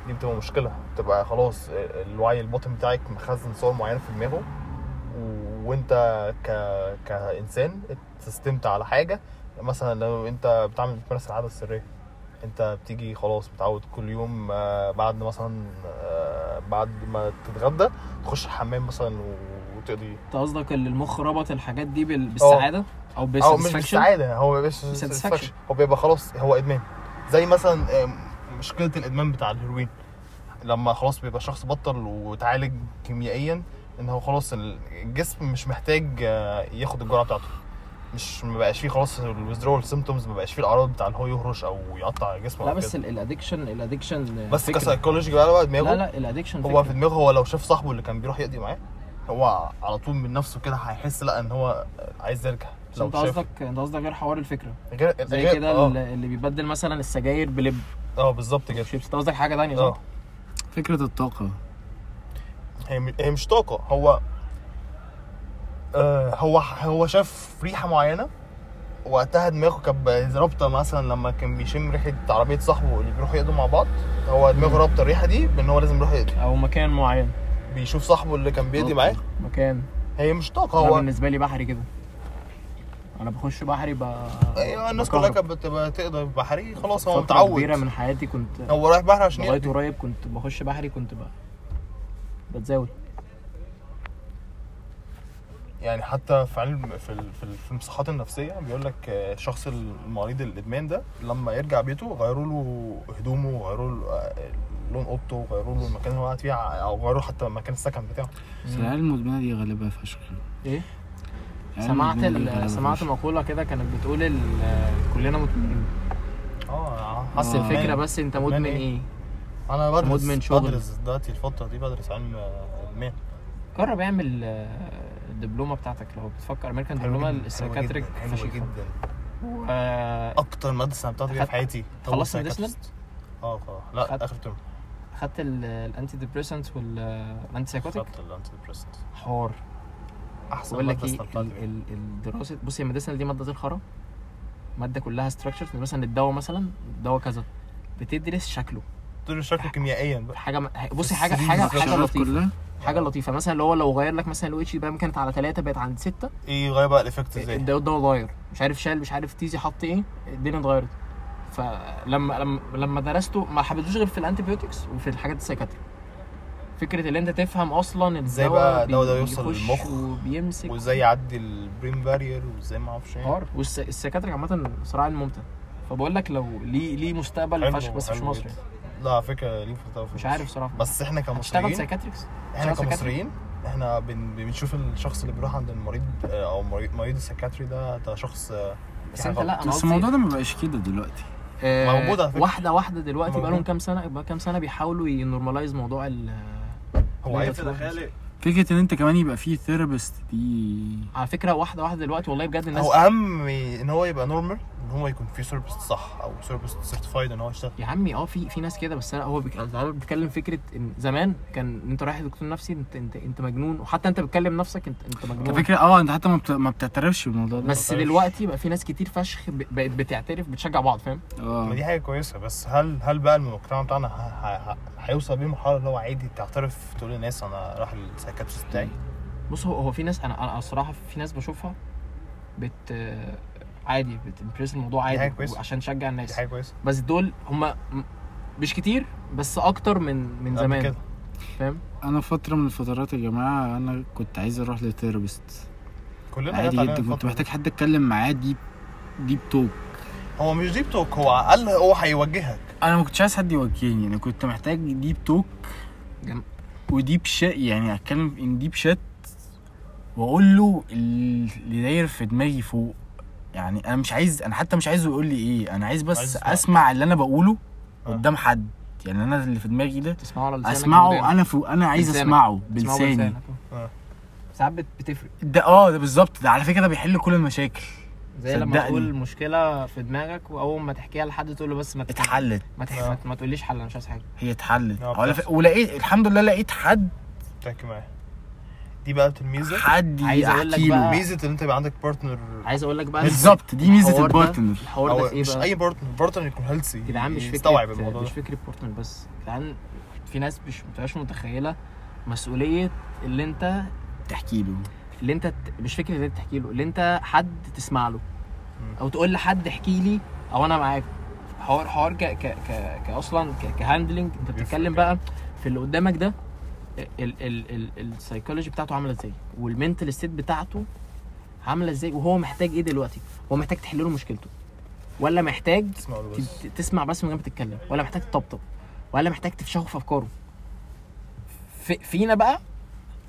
[SPEAKER 1] دي بتبقى مشكله بتبقى خلاص الوعي الباطن بتاعك مخزن صور معينه في دماغه و- وانت ك... كانسان اتسيستمت على حاجه مثلا لو انت بتعمل بتمارس العاده السريه انت بتيجي خلاص متعود كل يوم آه، بعد مثلا آه، بعد ما تتغدى تخش الحمام مثلا و- وتقضي
[SPEAKER 3] انت قصدك ان المخ ربط الحاجات دي بال- بالسعاده او
[SPEAKER 1] او اه. مش
[SPEAKER 3] بالساتسفاكشن
[SPEAKER 1] بالسعاده هو مش
[SPEAKER 3] Satisfaction.
[SPEAKER 1] satisfaction. هو بيبقى خلاص هو ادمان زي مثلا آه، مشكله الادمان بتاع الهيروين لما خلاص بيبقى شخص بطل وتعالج كيميائيا ان هو خلاص الجسم مش محتاج آه، ياخد الجرعه بتاعته مش ما بقاش فيه خلاص الويزدرول سيمتومز ما بقاش فيه الاعراض بتاع اللي هو يهرش او يقطع جسمه
[SPEAKER 3] لا
[SPEAKER 1] أو
[SPEAKER 3] بس
[SPEAKER 1] كده.
[SPEAKER 3] ال- الادكشن الادكشن
[SPEAKER 1] بس
[SPEAKER 3] فكرة.
[SPEAKER 1] كسايكولوجي بقى بقى دماغه
[SPEAKER 3] لا لا الادكشن
[SPEAKER 1] هو في
[SPEAKER 3] فكرة.
[SPEAKER 1] دماغه هو لو شاف صاحبه اللي كان بيروح يقضي معاه هو على طول من نفسه كده هيحس لا ان هو عايز يرجع
[SPEAKER 3] بس
[SPEAKER 1] لو
[SPEAKER 3] انت
[SPEAKER 1] شاف
[SPEAKER 3] قصدك انت قصدك غير حوار الفكره
[SPEAKER 1] غير
[SPEAKER 3] زي
[SPEAKER 1] غير-
[SPEAKER 3] كده
[SPEAKER 1] اه.
[SPEAKER 3] ال- اللي بيبدل مثلا السجاير بلب
[SPEAKER 1] اه بالظبط كده
[SPEAKER 3] شيبس انت قصدك حاجه ثانيه صح؟
[SPEAKER 1] اه
[SPEAKER 2] فكره الطاقه
[SPEAKER 1] هي م- هي مش طاقه هو آه هو هو شاف ريحه معينه وقتها دماغه كانت رابطه مثلا لما كان بيشم ريحه عربيه صاحبه اللي بيروحوا يقضوا مع بعض هو دماغه رابطه الريحه دي بان هو لازم يروح يقضي
[SPEAKER 3] او مكان معين
[SPEAKER 1] بيشوف صاحبه اللي كان بيقضي معاه
[SPEAKER 3] مكان
[SPEAKER 1] هي مش طاقه
[SPEAKER 3] هو
[SPEAKER 1] هو
[SPEAKER 3] بالنسبه لي بحري كده انا بخش بحري ب
[SPEAKER 1] ايوه الناس
[SPEAKER 3] بكهرب.
[SPEAKER 1] كلها كانت بتبقى تقدر بحري خلاص هو
[SPEAKER 3] فترة
[SPEAKER 1] متعود يعني
[SPEAKER 3] كبيرة من حياتي كنت
[SPEAKER 1] هو رايح بحر عشان
[SPEAKER 3] لغاية
[SPEAKER 1] يقضي
[SPEAKER 3] قريب كنت بخش بحري كنت بقى بتزاول
[SPEAKER 1] يعني حتى في علم في ال- في ال- في المصحات النفسيه بيقول لك آه، الشخص المريض الادمان ده لما يرجع بيته غيروا له هدومه وغيروا له آه، لون اوضته وغيروا له المكان اللي هو قاعد فيه او غيروا حتى مكان السكن بتاعه
[SPEAKER 2] بس العيال المدمنه دي غالبها فشخ
[SPEAKER 3] ايه؟
[SPEAKER 1] يعني
[SPEAKER 2] العيال
[SPEAKER 3] سمعت
[SPEAKER 2] المدمنة دي غالبها
[SPEAKER 3] ال... سمعت
[SPEAKER 2] فشخ.
[SPEAKER 3] مقولة كده كانت بتقول ال... كلنا مدمنين
[SPEAKER 1] اه
[SPEAKER 3] بس
[SPEAKER 2] آه.
[SPEAKER 3] الفكرة بس انت
[SPEAKER 1] مدمن
[SPEAKER 3] مدمن
[SPEAKER 1] إيه؟
[SPEAKER 3] ايه؟
[SPEAKER 1] انا بدرس
[SPEAKER 3] مدمن
[SPEAKER 1] مدمن
[SPEAKER 3] شغل.
[SPEAKER 1] بدرس دلوقتي الفتره دي بدرس علم آه، ادمان
[SPEAKER 3] جرب اعمل آه، الدبلومة بتاعتك لو بتفكر امريكان دبلومة
[SPEAKER 1] جداً،
[SPEAKER 3] السايكاتريك
[SPEAKER 1] جداً، حلوة
[SPEAKER 3] فشيخة
[SPEAKER 1] جدا
[SPEAKER 3] آه،
[SPEAKER 1] اكتر ماده استمتعت بيها في
[SPEAKER 3] أخدت-
[SPEAKER 1] حياتي هو
[SPEAKER 3] خلصت
[SPEAKER 1] psychiatrist.
[SPEAKER 3] الاسلنت؟
[SPEAKER 1] اه خلاص لا
[SPEAKER 3] أخدت-
[SPEAKER 1] اخر ترم
[SPEAKER 3] خدت ال- الانتي ديبريسنت والانتي سايكوتيك
[SPEAKER 1] خدت الانتي ديبريسنت
[SPEAKER 3] حوار
[SPEAKER 1] احسن
[SPEAKER 3] بقول لك
[SPEAKER 1] ماده
[SPEAKER 3] ايه
[SPEAKER 1] استمتعت بيها
[SPEAKER 3] ال- ال- الدراسه بص هي الميديسنال دي ماده زي الخرا ماده كلها ستراكشرز مثلا الدواء مثلا الدواء كذا بتدرس شكله
[SPEAKER 1] دول شكله كيميائيا بقى
[SPEAKER 3] حاجه م- بصي حاجه
[SPEAKER 1] السرير
[SPEAKER 3] حاجه
[SPEAKER 1] بالظبط.
[SPEAKER 3] حاجه
[SPEAKER 2] الشغف
[SPEAKER 3] لطيفه
[SPEAKER 2] كلها
[SPEAKER 3] حاجه لطيفه مثلا اللي هو لو غير لك مثلا الويتش بقى كانت على ثلاثه بقت عند سته إيه،
[SPEAKER 1] ايه غاية بقى الايفكت ازاي
[SPEAKER 3] الدواء اتغير مش عارف شال مش عارف تيزي حط ايه الدنيا اتغيرت فلما لما لما درسته ما حبيتوش غير في الانتيبيوتكس وفي الحاجات السايكاتريك فكره ان انت تفهم اصلا
[SPEAKER 1] إزاي
[SPEAKER 3] الدواء
[SPEAKER 1] بقى الدواء ده
[SPEAKER 3] بي-
[SPEAKER 1] يوصل
[SPEAKER 3] بيخش
[SPEAKER 1] للمخ
[SPEAKER 3] وبيمسك آه.
[SPEAKER 1] وازاي يعدي البريم بارير وازاي ما اعرفش ايه
[SPEAKER 3] حوار والسايكاتريك عامه صراع ممتع فبقول لك لو ليه ليه مستقبل
[SPEAKER 1] حلو-
[SPEAKER 3] فشخ بس مش
[SPEAKER 1] حلو
[SPEAKER 3] مصري
[SPEAKER 1] جدا. لا على فكره ليه فتاوى في
[SPEAKER 3] مش
[SPEAKER 1] مصر.
[SPEAKER 3] عارف صراحه
[SPEAKER 1] بس احنا
[SPEAKER 3] هتشتغل
[SPEAKER 1] كمصريين
[SPEAKER 3] سايكاتريكس
[SPEAKER 1] احنا
[SPEAKER 3] هتشتغل
[SPEAKER 1] كمصريين احنا بن- بنشوف الشخص اللي بيروح عند المريض آه، او مريض مريض السكاتري ده ده شخص آه،
[SPEAKER 3] بس
[SPEAKER 1] في
[SPEAKER 3] انت
[SPEAKER 1] حاجة
[SPEAKER 3] لا
[SPEAKER 1] غلط.
[SPEAKER 3] انا
[SPEAKER 2] بس
[SPEAKER 3] قصدي-
[SPEAKER 2] الموضوع ده ما بقاش كده دلوقتي
[SPEAKER 3] آه،
[SPEAKER 1] موجود على فكرة.
[SPEAKER 3] واحده واحده دلوقتي بقى لهم
[SPEAKER 1] موجود.
[SPEAKER 3] كام سنه بقى كام سنه بيحاولوا ينورماليز موضوع ال
[SPEAKER 1] هو
[SPEAKER 3] لا،
[SPEAKER 1] عايز
[SPEAKER 3] في الخيال
[SPEAKER 2] فكره ان انت كمان يبقى فيه ثيرابيست دي
[SPEAKER 3] على فكره واحده واحده دلوقتي والله بجد الناس
[SPEAKER 1] هو اهم ان هو يبقى نورمال ان هو يكون فيه سيرفيس صح او سيرفيس سيرتيفايد ان هو يشتغل
[SPEAKER 3] يا عمي اه في في ناس كده بس انا هو بيك- أنا بتكلم فكره ان زمان كان انت رايح لدكتور نفسي انت انت انت مجنون وحتى انت بتكلم نفسك انت انت
[SPEAKER 2] على
[SPEAKER 3] مجنون
[SPEAKER 2] فكره اه انت حتى ما بت- ما بتعترفش بالموضوع ده
[SPEAKER 3] بس دلوقتي بقى في ناس كتير فشخ ب- بقت بتعترف بتشجع بعض فاهم
[SPEAKER 1] ما
[SPEAKER 2] اه
[SPEAKER 1] دي حاجه كويسه بس هل هل بقى المجتمع بتاعنا ه- ه- ه- هيوصل بيه مرحله اللي هو عادي تعترف تقول للناس انا راح للسايكاتريست بتاعي
[SPEAKER 3] بص هو هو في ناس انا انا الصراحه في ناس بشوفها بت عادي بتمبريس الموضوع
[SPEAKER 1] حاجة
[SPEAKER 3] عادي
[SPEAKER 1] كويسة.
[SPEAKER 3] عشان تشجع
[SPEAKER 1] دي
[SPEAKER 3] الناس
[SPEAKER 1] حاجه كويسه
[SPEAKER 3] بس دول هم مش كتير بس اكتر من من
[SPEAKER 1] قبل
[SPEAKER 3] زمان
[SPEAKER 1] كده.
[SPEAKER 3] فاهم
[SPEAKER 2] انا فتره من الفترات يا جماعه انا كنت عايز اروح لثيرابيست
[SPEAKER 1] كلنا جت
[SPEAKER 2] عادي
[SPEAKER 1] علينا
[SPEAKER 2] جدا كنت
[SPEAKER 1] الفترة دي.
[SPEAKER 2] محتاج حد اتكلم معاه ديب ديب توك
[SPEAKER 1] هو مش ديب توك هو على الاقل هو هيوجهك
[SPEAKER 2] انا ما كنتش عايز حد يوجهني انا كنت محتاج ديب توك
[SPEAKER 3] جم-
[SPEAKER 2] وديب شات يعني اتكلم ان ديب شات واقول له اللي داير في دماغي فوق يعني انا مش عايز انا حتى مش عايزه يقول لي ايه انا عايز بس
[SPEAKER 1] عايز
[SPEAKER 2] عايز
[SPEAKER 1] تسمع.
[SPEAKER 2] اسمع اللي انا بقوله
[SPEAKER 1] آه.
[SPEAKER 2] قدام حد يعني انا اللي في دماغي ده
[SPEAKER 3] تسمعه على لسانك
[SPEAKER 2] اسمعه
[SPEAKER 3] ودانك.
[SPEAKER 2] انا في انا عايز
[SPEAKER 3] بلسانك.
[SPEAKER 2] اسمعه
[SPEAKER 3] تسمعه
[SPEAKER 2] بلساني
[SPEAKER 1] آه.
[SPEAKER 3] ساعات بت- بتفرق
[SPEAKER 2] ده اه ده بالظبط ده على فكره ده بيحل كل المشاكل
[SPEAKER 3] زي لما
[SPEAKER 2] صدقني.
[SPEAKER 3] تقول مشكله في دماغك واول ما تحكيها لحد تقول له بس ما تح-
[SPEAKER 2] اتحلت
[SPEAKER 3] ما, تح...
[SPEAKER 1] آه.
[SPEAKER 3] ما تقوليش حل انا مش عايز حاجه
[SPEAKER 2] هي اتحلت
[SPEAKER 1] آه،
[SPEAKER 2] على
[SPEAKER 1] بتحصل.
[SPEAKER 2] فكرة- ولقيت الحمد لله لقيت حد
[SPEAKER 1] تحكي معاه دي بقى الميزه
[SPEAKER 2] حد
[SPEAKER 3] عايز أقول لك
[SPEAKER 2] احكي له
[SPEAKER 3] بقى-
[SPEAKER 1] ميزه ان انت يبقى عندك بارتنر
[SPEAKER 3] عايز اقول لك بقى
[SPEAKER 2] بالظبط دي ميزه
[SPEAKER 3] الحوار ده-
[SPEAKER 2] البارتنر
[SPEAKER 3] الحوار ده في ايه
[SPEAKER 1] مش
[SPEAKER 3] بقى
[SPEAKER 1] اي بارتنر بارتنر يكون هيلثي
[SPEAKER 3] يا جدعان مش
[SPEAKER 1] يستوعب
[SPEAKER 3] فكره
[SPEAKER 1] الموضوع ده
[SPEAKER 3] مش فكره بورتنر بس يا جدعان في ناس مش متبقاش متخيله مسؤوليه اللي انت
[SPEAKER 2] تحكي له
[SPEAKER 3] اللي انت ت- مش فكره اللي انت تحكي له اللي انت حد تسمع له او تقول لحد احكي لي او انا معاك حوار حوار ك ك ك كاصلا ك- كهاندلنج انت بتتكلم بقى في اللي قدامك ده ال ال ال السايكولوجي بتاعته عامله ازاي والمنتال ستيت بتاعته عامله ازاي وهو محتاج ايه دلوقتي هو محتاج تحل له مشكلته ولا محتاج
[SPEAKER 1] اسمع له
[SPEAKER 3] ت-
[SPEAKER 1] بس
[SPEAKER 3] ت- تسمع بس من غير ما تتكلم ولا محتاج تطبطب ولا محتاج تفشخه في افكاره في فينا بقى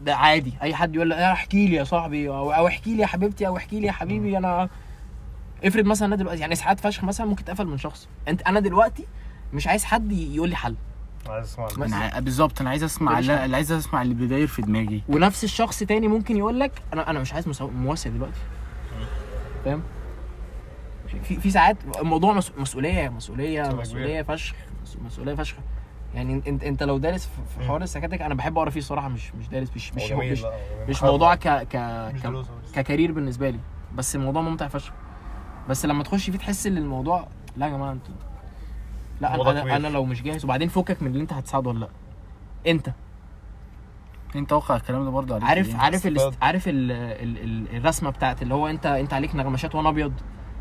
[SPEAKER 3] ده عادي اي حد يقول لك "آه، احكي لي يا صاحبي او أو احكي لي يا حبيبتي او احكي لي يا حبيبي انا افرض مثلا انا دلوقتي يعني ساعات فشخ مثلا ممكن اتقفل من شخص انت انا دلوقتي مش عايز حد ي- يقول لي حل
[SPEAKER 1] عايز اسمع له.
[SPEAKER 2] انا عاي- بالظبط انا عايز اسمع
[SPEAKER 3] مفيش
[SPEAKER 2] اللي
[SPEAKER 3] حاجة.
[SPEAKER 2] اللي عايز اسمع اللي بداير في دماغي
[SPEAKER 3] ونفس الشخص تاني ممكن يقول لك انا انا مش عايز مسا- مواساه دلوقتي فاهم في في ساعات الموضوع مس- مسؤوليه مسؤوليه
[SPEAKER 1] مسؤولية
[SPEAKER 3] مسؤوليه فشخ مس- مسؤوليه فشخ يعني انت انت لو دارس في- في حوار السكاتك انا بحب اقرا فيه الصراحه مش مش دارس مش
[SPEAKER 1] هو
[SPEAKER 3] مش
[SPEAKER 1] جميل
[SPEAKER 3] مش,
[SPEAKER 1] بقى، هو جميل.
[SPEAKER 3] مش
[SPEAKER 1] محاضرة.
[SPEAKER 3] موضوع ك ك
[SPEAKER 1] مش
[SPEAKER 3] ك-
[SPEAKER 1] دروس بس.
[SPEAKER 3] ككارير بالنسبه لي بس الموضوع ممتع فشخ بس لما تخش فيه تحس ان الموضوع لا يا جماعه انتوا لا
[SPEAKER 1] الموضوع
[SPEAKER 3] انا
[SPEAKER 1] كبير.
[SPEAKER 3] انا لو مش جاهز وبعدين فكك من اللي انت هتساعده ولا لا انت
[SPEAKER 2] انت واقع الكلام ده برضه عليك
[SPEAKER 3] عارف
[SPEAKER 2] إيه؟
[SPEAKER 3] عارف ال
[SPEAKER 1] استفاد.
[SPEAKER 3] عارف ال ال الرسمه بتاعت اللي هو انت انت عليك نغمشات وانا ابيض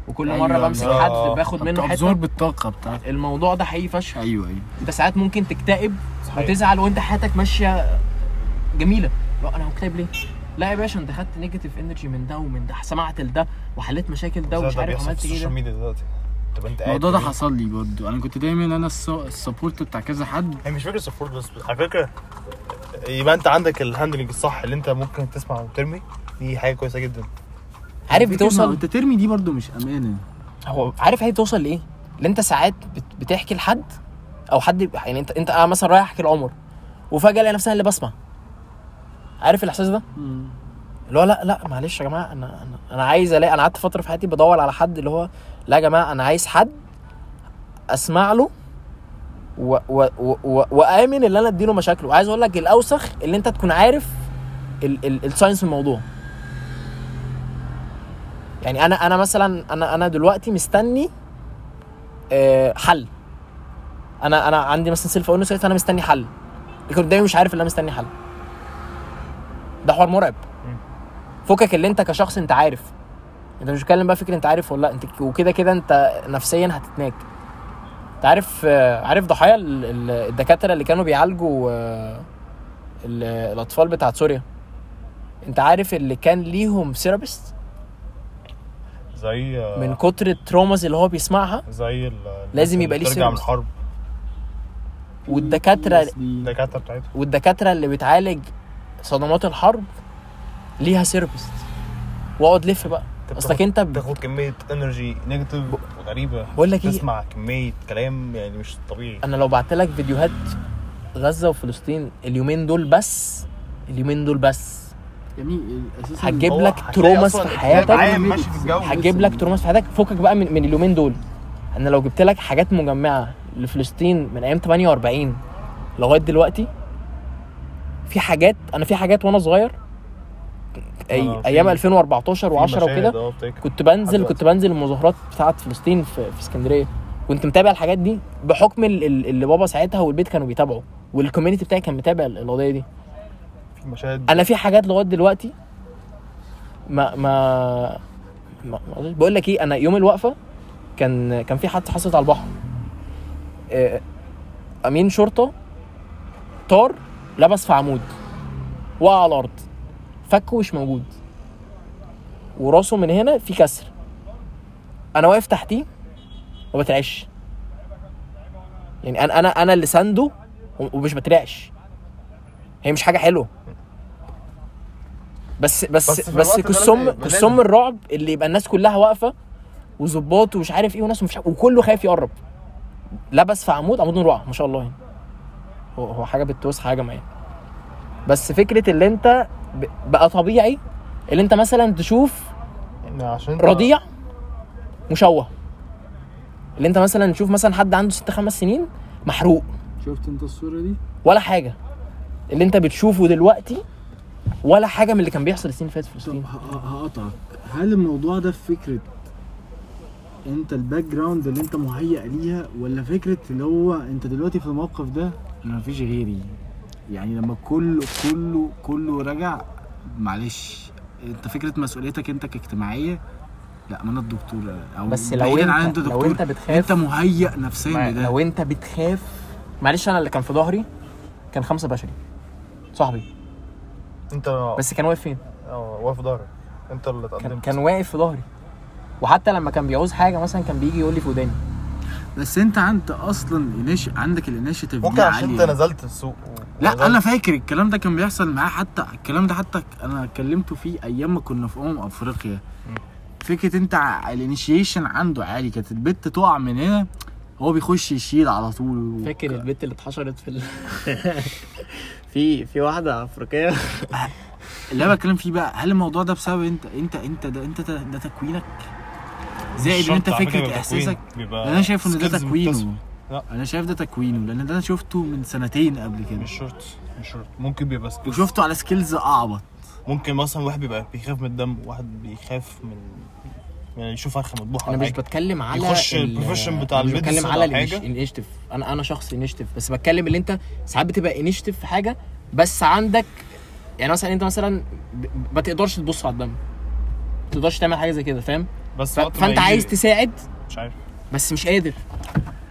[SPEAKER 3] وكل
[SPEAKER 2] أيوة،
[SPEAKER 3] مره بمسك
[SPEAKER 1] بالظبط.
[SPEAKER 3] حد باخد
[SPEAKER 2] انت
[SPEAKER 3] منه
[SPEAKER 2] ابزور
[SPEAKER 3] حته
[SPEAKER 2] بالطاقه بتاعتك
[SPEAKER 3] الموضوع ده حقيقي فشخ
[SPEAKER 2] ايوه ايوه
[SPEAKER 3] انت ساعات ممكن تكتئب
[SPEAKER 1] صحيح.
[SPEAKER 3] وتزعل وانت حياتك ماشيه جميله لا انا مكتئب ليه؟ لا يا باشا انت خدت نيجاتيف انرجي من ده ومن ده سمعت لده وحليت مشاكل ده
[SPEAKER 1] ده-
[SPEAKER 3] ومش
[SPEAKER 1] ده
[SPEAKER 3] عارف
[SPEAKER 1] بيحصل في
[SPEAKER 3] عملت ايه
[SPEAKER 1] السوشيال
[SPEAKER 3] ده
[SPEAKER 1] ميديا دلوقتي طب انت قاعد
[SPEAKER 2] الموضوع ده
[SPEAKER 1] كده.
[SPEAKER 2] حصل لي برضه انا كنت دايما انا الس- السبورت بتاع كذا حد
[SPEAKER 1] هي يعني مش فكره سبورت بس بس على فكره يبقى انت عندك الهاندلنج الصح اللي انت ممكن تسمع وترمي دي حاجه كويسه جدا
[SPEAKER 3] عارف
[SPEAKER 2] فكرة ما
[SPEAKER 3] بتوصل
[SPEAKER 2] انت ترمي دي برضه مش امانه
[SPEAKER 3] هو عارف هي بتوصل لايه؟ اللي انت ساعات بت- بتحكي لحد او حد يعني انت انت مثلا رايح احكي لعمر وفجاه الاقي نفسي انا اللي بسمع عارف الاحساس ده؟ اللي هو لا لا معلش يا جماعه انا انا انا عايز الاقي انا قعدت فتره في حياتي بدور على حد اللي هو لا يا جماعه انا عايز حد اسمع له و و و و وامن ان انا اديله مشاكله وعايز اقول لك الاوسخ ان انت تكون عارف ال- ال- الساينس في الموضوع يعني انا انا مثلا انا انا دلوقتي مستني آه، حل انا انا عندي مثلا سيلف اونس انا مستني حل اللي قدامي مش عارف ان انا مستني حل ده حوار مرعب فكك اللي انت كشخص انت عارف انت مش بتتكلم بقى فكره انت عارف ولا لا انت وكده كده انت نفسيا هتتناك انت عارف آه، عارف ضحايا ال- ال- الدكاتره اللي كانوا بيعالجوا آه، ال- الاطفال بتاعت سوريا انت عارف اللي كان ليهم سيرابيست
[SPEAKER 1] زي
[SPEAKER 3] من كتر التروماز اللي هو بيسمعها
[SPEAKER 1] زي ال-
[SPEAKER 3] لازم يبقى ليه
[SPEAKER 1] اللي بترجع من
[SPEAKER 3] service.
[SPEAKER 1] الحرب
[SPEAKER 3] والدكاتره
[SPEAKER 1] الدكاتره بتاعتهم
[SPEAKER 3] والدكاتره اللي بتعالج صدمات الحرب ليها سيرابيست واقعد لف بقى
[SPEAKER 1] أنت
[SPEAKER 3] اصلك انت ب-
[SPEAKER 1] تاخد كميه انرجي نيجاتيف غريبه
[SPEAKER 3] بقول لك ايه
[SPEAKER 1] تسمع كميه كلام يعني مش طبيعي
[SPEAKER 3] انا لو بعت لك فيديوهات غزه وفلسطين اليومين دول بس اليومين دول بس
[SPEAKER 2] جميل اساسا
[SPEAKER 3] هتجيب
[SPEAKER 1] هو
[SPEAKER 3] لك
[SPEAKER 1] هتلاقي
[SPEAKER 3] تروماس
[SPEAKER 1] أصلاً
[SPEAKER 3] في حياتك
[SPEAKER 1] الكتاب عام ماشي في الجو
[SPEAKER 3] هتجيب لك تروماس في حياتك فكك بقى من, من اليومين دول انا لو جبت لك حاجات مجمعه لفلسطين من ايام 48 لغايه دلوقتي في حاجات انا في حاجات وانا صغير أي
[SPEAKER 1] آه، في-
[SPEAKER 3] ايام 2014 و10
[SPEAKER 1] في مشاهد
[SPEAKER 3] وكده
[SPEAKER 1] أهو بتاكل.
[SPEAKER 3] كنت بنزل
[SPEAKER 1] دلوقتي.
[SPEAKER 3] كنت بنزل المظاهرات بتاعت فلسطين في, في اسكندريه كنت متابع الحاجات دي بحكم ال- ال- اللي بابا ساعتها والبيت كانوا بيتابعوا والكوميونتي بتاعي كان متابع القضيه دي
[SPEAKER 1] في مشاهد
[SPEAKER 3] انا في حاجات لغايه دلوقتي ما ما ما ما أقدرش- بقول لك ايه انا يوم الوقفه كان كان في حادثه حصلت على البحر آه، امين شرطه طار لبس في عمود وقع على الارض فكه مش موجود وراسه من هنا في كسر انا واقف تحتيه وما بترعش يعني انا انا انا اللي سانده ومش بترعش هي مش حاجه حلوه بس
[SPEAKER 1] بس
[SPEAKER 3] بس
[SPEAKER 1] في
[SPEAKER 3] بس
[SPEAKER 1] الوقت ده
[SPEAKER 3] كسم
[SPEAKER 1] لازم-
[SPEAKER 3] كسم
[SPEAKER 1] لازم.
[SPEAKER 3] الرعب اللي يبقى الناس كلها واقفه وظباط ومش عارف ايه وناس مش وكله خايف يقرب لبس في عمود عمود نور وقع ما شاء الله يعني هو هو حاجه بتوسع حاجه معينه يعني. بس فكره اللي انت ب- بقى طبيعي اللي انت مثلا تشوف
[SPEAKER 1] إن عشان أنت-
[SPEAKER 3] رضيع مشوه اللي انت مثلا تشوف مثلا حد عنده ست خمس سنين محروق
[SPEAKER 2] شفت انت الصوره دي
[SPEAKER 3] ولا حاجه اللي انت بتشوفه دلوقتي ولا حاجه من اللي كان بيحصل السنين اللي فاتت في
[SPEAKER 2] طب
[SPEAKER 3] فلسطين
[SPEAKER 2] ه- ه- هقطعك هل الموضوع ده في فكره انت الباك جراوند اللي انت مهيأ ليها ولا فكره اللي هو انت دلوقتي في الموقف ده انا مفيش غيري يعني لما كله كله كله رجع معلش انت فكره مسؤوليتك انت كاجتماعيه لا ما انا الدكتور او
[SPEAKER 3] بس لو
[SPEAKER 2] بعيداً عن
[SPEAKER 3] انت لو
[SPEAKER 2] انت
[SPEAKER 3] انت
[SPEAKER 2] ايه
[SPEAKER 3] بتخاف
[SPEAKER 2] مهيأ نفسيا لده
[SPEAKER 3] لو انت بتخاف معلش انا اللي كان في ظهري كان خمسه بشري صاحبي
[SPEAKER 1] انت
[SPEAKER 3] بس كان واقف فين؟
[SPEAKER 1] آه، واقف ضهرك انت اللي
[SPEAKER 3] كان
[SPEAKER 1] اتقدمت
[SPEAKER 3] كان واقف في ظهري وحتى لما كان بيعوز حاجه مثلا كان بيجي يقول لي في وداني
[SPEAKER 2] بس انت انت اصلا إنيش... عندك الانيشيتيف
[SPEAKER 1] ممكن عشان انت
[SPEAKER 2] عالية.
[SPEAKER 1] نزلت السوق
[SPEAKER 2] لا انا
[SPEAKER 1] ونزلت-
[SPEAKER 2] فاكر الكلام ده كان بيحصل معاه حتى الكلام ده حتى انا اتكلمته فيه ايام ما كنا في امم افريقيا فكره انت الانيشيشن عنده عالي كانت البت تقع من هنا هو بيخش يشيل على طول
[SPEAKER 3] فاكر البت اللي اتحشرت في ال... في في واحده افريقيه
[SPEAKER 2] اللي انا بتكلم فيه بقى هل الموضوع ده بسبب انت انت انت ده انت ده, ده تكوينك زائد ان انت
[SPEAKER 1] شرط على
[SPEAKER 2] فكره
[SPEAKER 1] بيبقى تكوين،
[SPEAKER 2] احساسك
[SPEAKER 1] بيبقى
[SPEAKER 2] انا شايف ان ده
[SPEAKER 1] skills مكتسبة.
[SPEAKER 2] تكوينه
[SPEAKER 1] لا.
[SPEAKER 2] انا شايف ده تكوينه لان ده انا شفته من سنتين قبل كده
[SPEAKER 1] مش شرط مش شرط ممكن بيبقى skills.
[SPEAKER 2] وشفته على سكيلز اعبط
[SPEAKER 1] ممكن مثلا واحد بيبقى بيخاف من الدم واحد بيخاف من يعني يشوف فرخه مذبوحه
[SPEAKER 3] انا
[SPEAKER 1] ولا
[SPEAKER 3] مش
[SPEAKER 1] حاجة.
[SPEAKER 3] بتكلم على
[SPEAKER 1] يخش
[SPEAKER 3] ال-
[SPEAKER 1] البروفيشن بتاع
[SPEAKER 3] أنا مش
[SPEAKER 1] الميديسن
[SPEAKER 3] بتكلم
[SPEAKER 1] أو
[SPEAKER 3] على
[SPEAKER 1] حاجة.
[SPEAKER 3] الانشتف انا انا شخص انشتف بس بتكلم اللي انت ساعات بتبقى انشتف في حاجه بس عندك يعني مثلا انت مثلا ب- ما تقدرش تبص على الدم ما تقدرش تعمل حاجه زي كده فاهم
[SPEAKER 1] بس
[SPEAKER 3] ف-
[SPEAKER 1] وقت ما
[SPEAKER 3] فانت
[SPEAKER 1] يجي-
[SPEAKER 3] عايز تساعد
[SPEAKER 1] مش عارف
[SPEAKER 3] بس مش قادر